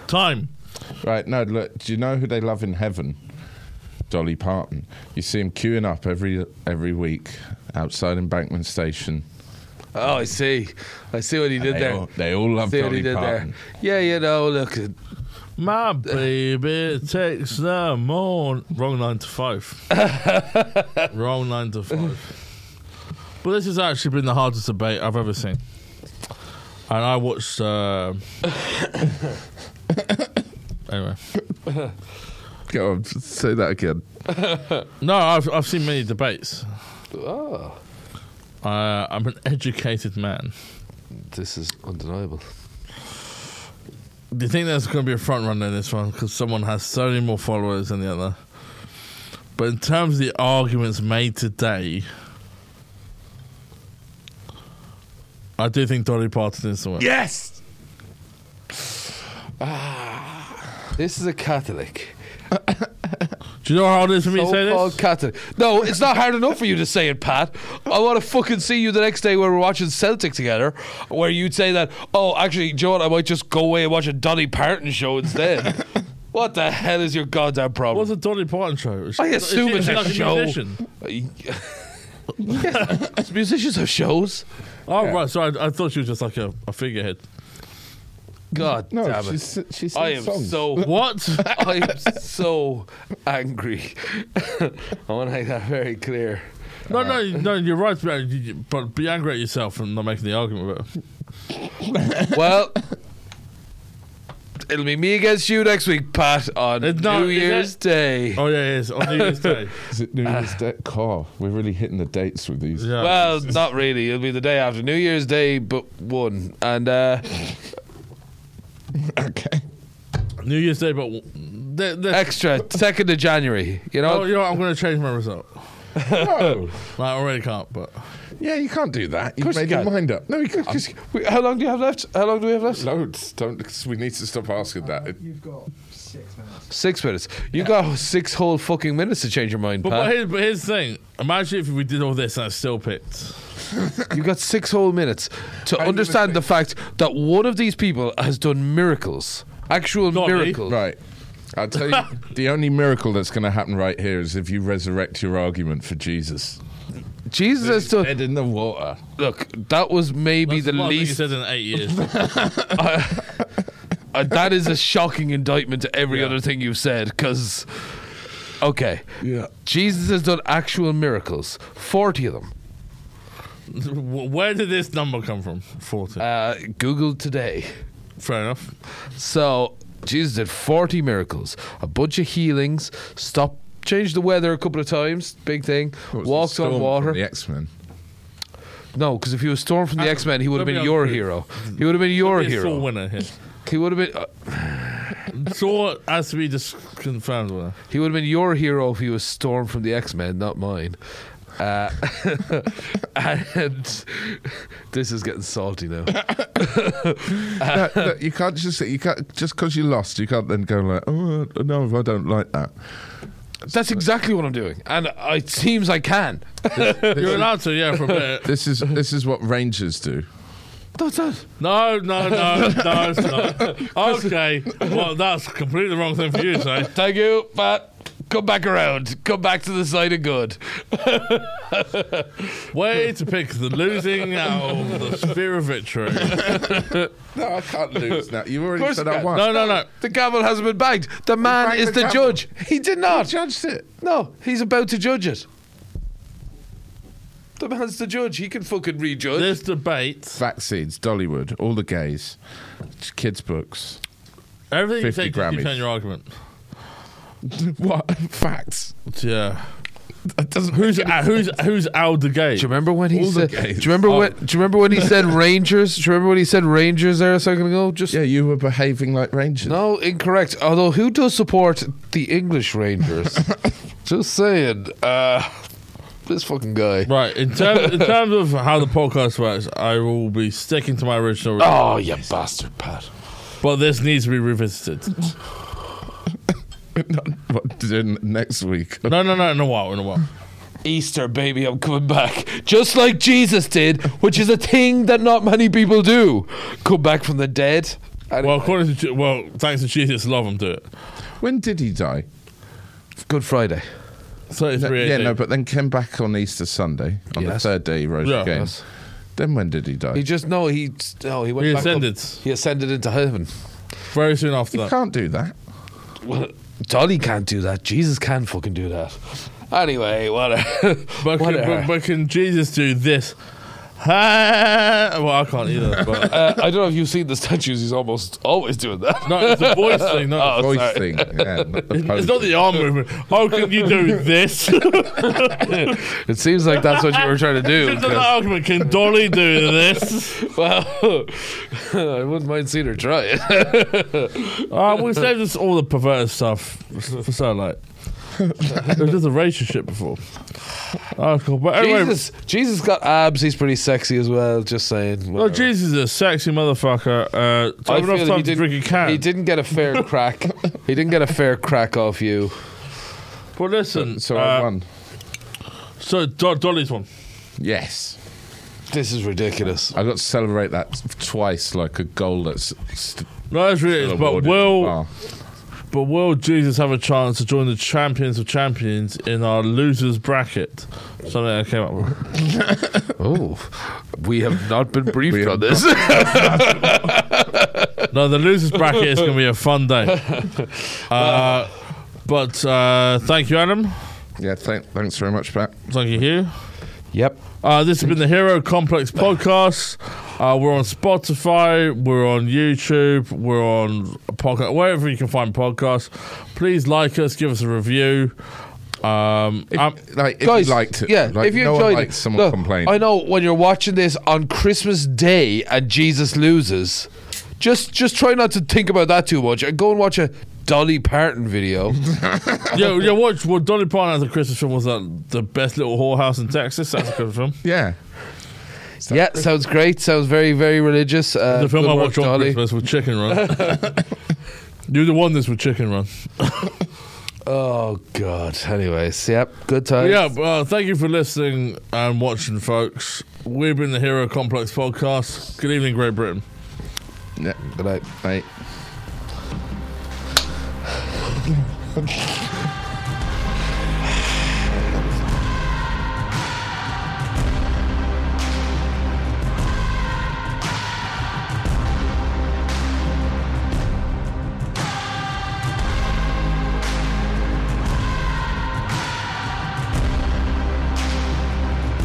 time. Right, no, look, do you know who they love in heaven? Dolly Parton. You see him queuing up every every week outside Embankment Station. Oh, I see. I see what he did they, there. All, they all love See what he Dolly did Parton. there. Yeah, you know, look, My baby takes the morn. Wrong nine to five. Wrong nine to five. But this has actually been the hardest debate I've ever seen. And I watched. Uh... anyway. Go on, say that again. No, I've, I've seen many debates. oh. Uh, I'm an educated man. This is undeniable. Do you think there's going to be a front runner in this one? Because someone has so many more followers than the other. But in terms of the arguments made today, I do think Dolly Parton is the one. Yes! This is a Catholic. Do you know how hard it is for me to say So-called this? Catholic. No, it's not hard enough for you to say it, Pat. I want to fucking see you the next day where we're watching Celtic together, where you'd say that, oh, actually, John, I might just go away and watch a Dolly Parton show instead. what the hell is your goddamn problem? What's a Dolly Parton show? Is she- I is she- assume is it's she a like Oh, show. musician? Yes, musicians have shows. Oh, Yeah. right. So I, I thought she was just like a, a figurehead. God No, damn it. she's, she's I am songs. so What? I'm so angry. I want to make that very clear. No, no, no, you're right, man. You- you- but be angry at yourself for not making the argument. About it. Well, it'll be me against you next week, Pat, on It's not- New is Year's it? Day. Oh, yeah, it is. On New Year's Day. Is it New Year's Day? Car, we're really hitting the dates with these. Yeah. Well, not really. It'll be the day after New Year's Day, but one. And uh, Okay. New Year's Day, but w- there- there's- extra second of January. You Oh, know, you know, what, I'm going to change my result. No. Well, I already can't, but Yeah, you can't do that. You've course you made your can. mind up. No, you can't. 'cause- Wait, how long do you have left? How long do we have left? Loads. Don't, 'cause we need to stop asking that. It- You've got six minutes. Six minutes. You got six whole fucking minutes to change your mind, but, but Pat. here's, but here's the thing. Imagine if we did all this and I still picked. you got six whole minutes to How do you understand the mistake? fact that one of these people has done miracles, actual Not me. miracles. Right. I'll tell you, the only miracle that's going to happen right here is if you resurrect your argument for Jesus. Jesus has done. Dead in the water. Look, that was maybe That's the what I think least. he said in eight years. uh, that is a shocking indictment to every other thing you've said. Because, okay, Yeah. Jesus has done actual miracles, forty of them. Where did this number come from? Forty. Uh, Googled today. Fair enough. So Jesus did forty miracles, a bunch of healings, stop, changed the weather a couple of times, big thing, What was the walked storm on from water. The X Men. No, because if he was Storm from the Adam, X Men, he would have let me been on your the- hero. He would have been your It's all hero. winner here. He would have been. Uh, Saw as we just confirmed winner. he would have been your hero if he was Storm from the X Men, not mine. Uh, and this is getting salty now. Look, look, you can't just you can't just because you lost, you can't then go like, oh uh, no, I don't like that. That's exactly what I'm doing, and it seems I can. You're allowed to, yeah, for a bit. This is this is what Rangers do. That's that. No, no, no, no, it's not. Okay. Well, that's completely the wrong thing for you to say. Thank you, Pat. Come back around. Come back to the side of good. Way to pick the losing out of the sphere of victory. No, I can't lose now. You already course said you I can. won. No, no, no. The gavel hasn't been bagged. The man bagged is the the gavel. judge. He did not. judged it. No, he's about to judge it. The man's the judge. He can fucking rejudge. This debate, Vaccines, Dollywood, all the gays, kids' books. everything you 50 take you keep Grammys. saying your argument. what facts? Yeah. That doesn't. Who's uh, who's who's out the do gate? you remember when he All the said? Do gays. you remember when? Do you remember when he said Rangers? Do you remember when he said Rangers there a second ago? Just Yeah, you were behaving like Rangers. no, incorrect. Although who does support the English Rangers? Just saying. Uh, this fucking guy. Right. In terms in terms of how the podcast works, I will be sticking to my original. Oh, you bastard, Pat. But this needs to be revisited. What, then next week? No, no, no. In a while. In a while. Easter, baby, I'm coming back. Just like Jesus did, which is a thing that not many people do. Come back from the dead. And Well, according to Je- well, thanks to Jesus, love him do it. When did he die? Good Friday. No, Thirty-three. yeah, no, but then came back on Easter Sunday. On Yes. the third day, he rose Yeah. again. Yes. Then when did he die? He just no, he no, he went He back up. ascended. He ascended into heaven. very soon after you that. can't do that. Well, Dolly can't do that. Jesus can fucking do that. Anyway, whatever. But can, whatever. but, but can Jesus do this? Ah, well, I can't either. But uh, I don't know if you've seen the statues. He's almost always doing that. no, it's the voice thing. Not Oh, the Voice sorry. thing. Yeah, not the it's not the arm movement. How can you do this? It seems like that's what you were trying to do. It's not the argument. Can Dolly do this? 'cause- well, I wouldn't mind seeing her try it. Uh, we saved this all the perverted stuff for so like it was just a racial shit before. Oh, cool. But anyway, Jesus, Jesus got abs. He's pretty sexy as well. Just saying. oh, whatever. Jesus is a sexy motherfucker. Uh, I time enough feel time he to drink a can. He didn't get a fair crack. He didn't get a fair crack off you. Well, listen. So uh, I won. So Do- Dolly's one. Yes. This is ridiculous. I got to celebrate that twice, like a goal that's. St- No, that's really. It. But awarded. will Oh. Ah. but will Jesus have a chance to join the champions of champions in our losers bracket? Something I came up with. Oh, we have not been briefed We have on this. No, the losers bracket is going to be a fun day. Uh, but uh, thank you, Adam. Yeah, thank, thanks very much, Pat. Thank you, Hugh. yep. Uh, this has been the Hero Complex podcast. Uh, we're on Spotify, we're on YouTube, we're on a podcast, wherever you can find podcasts. Please like us, give us a review. Um, um, Like, if Guys, you liked it, yeah. like, if you no enjoyed one it, likes someone look, complaining. I know when you're watching this on Christmas Day and Jesus loses, just just try not to think about that too much and go and watch a Dolly Parton video. yeah, yeah, watch. Well, Dolly Parton has a Christmas film. Was that the best little whorehouse in Texas? That's a Christmas film. Yeah. yeah, sounds great. Sounds very very religious. Uh, The film good I work, watched on Dolly. Christmas was Chicken Run. You're the one that's with Chicken Run. Oh God. Anyways, yep. Good times. Yeah, well, thank you for listening and watching, folks. We've been the Hero Complex podcast. Good evening, Great Britain. Yeah. Good night. Mate.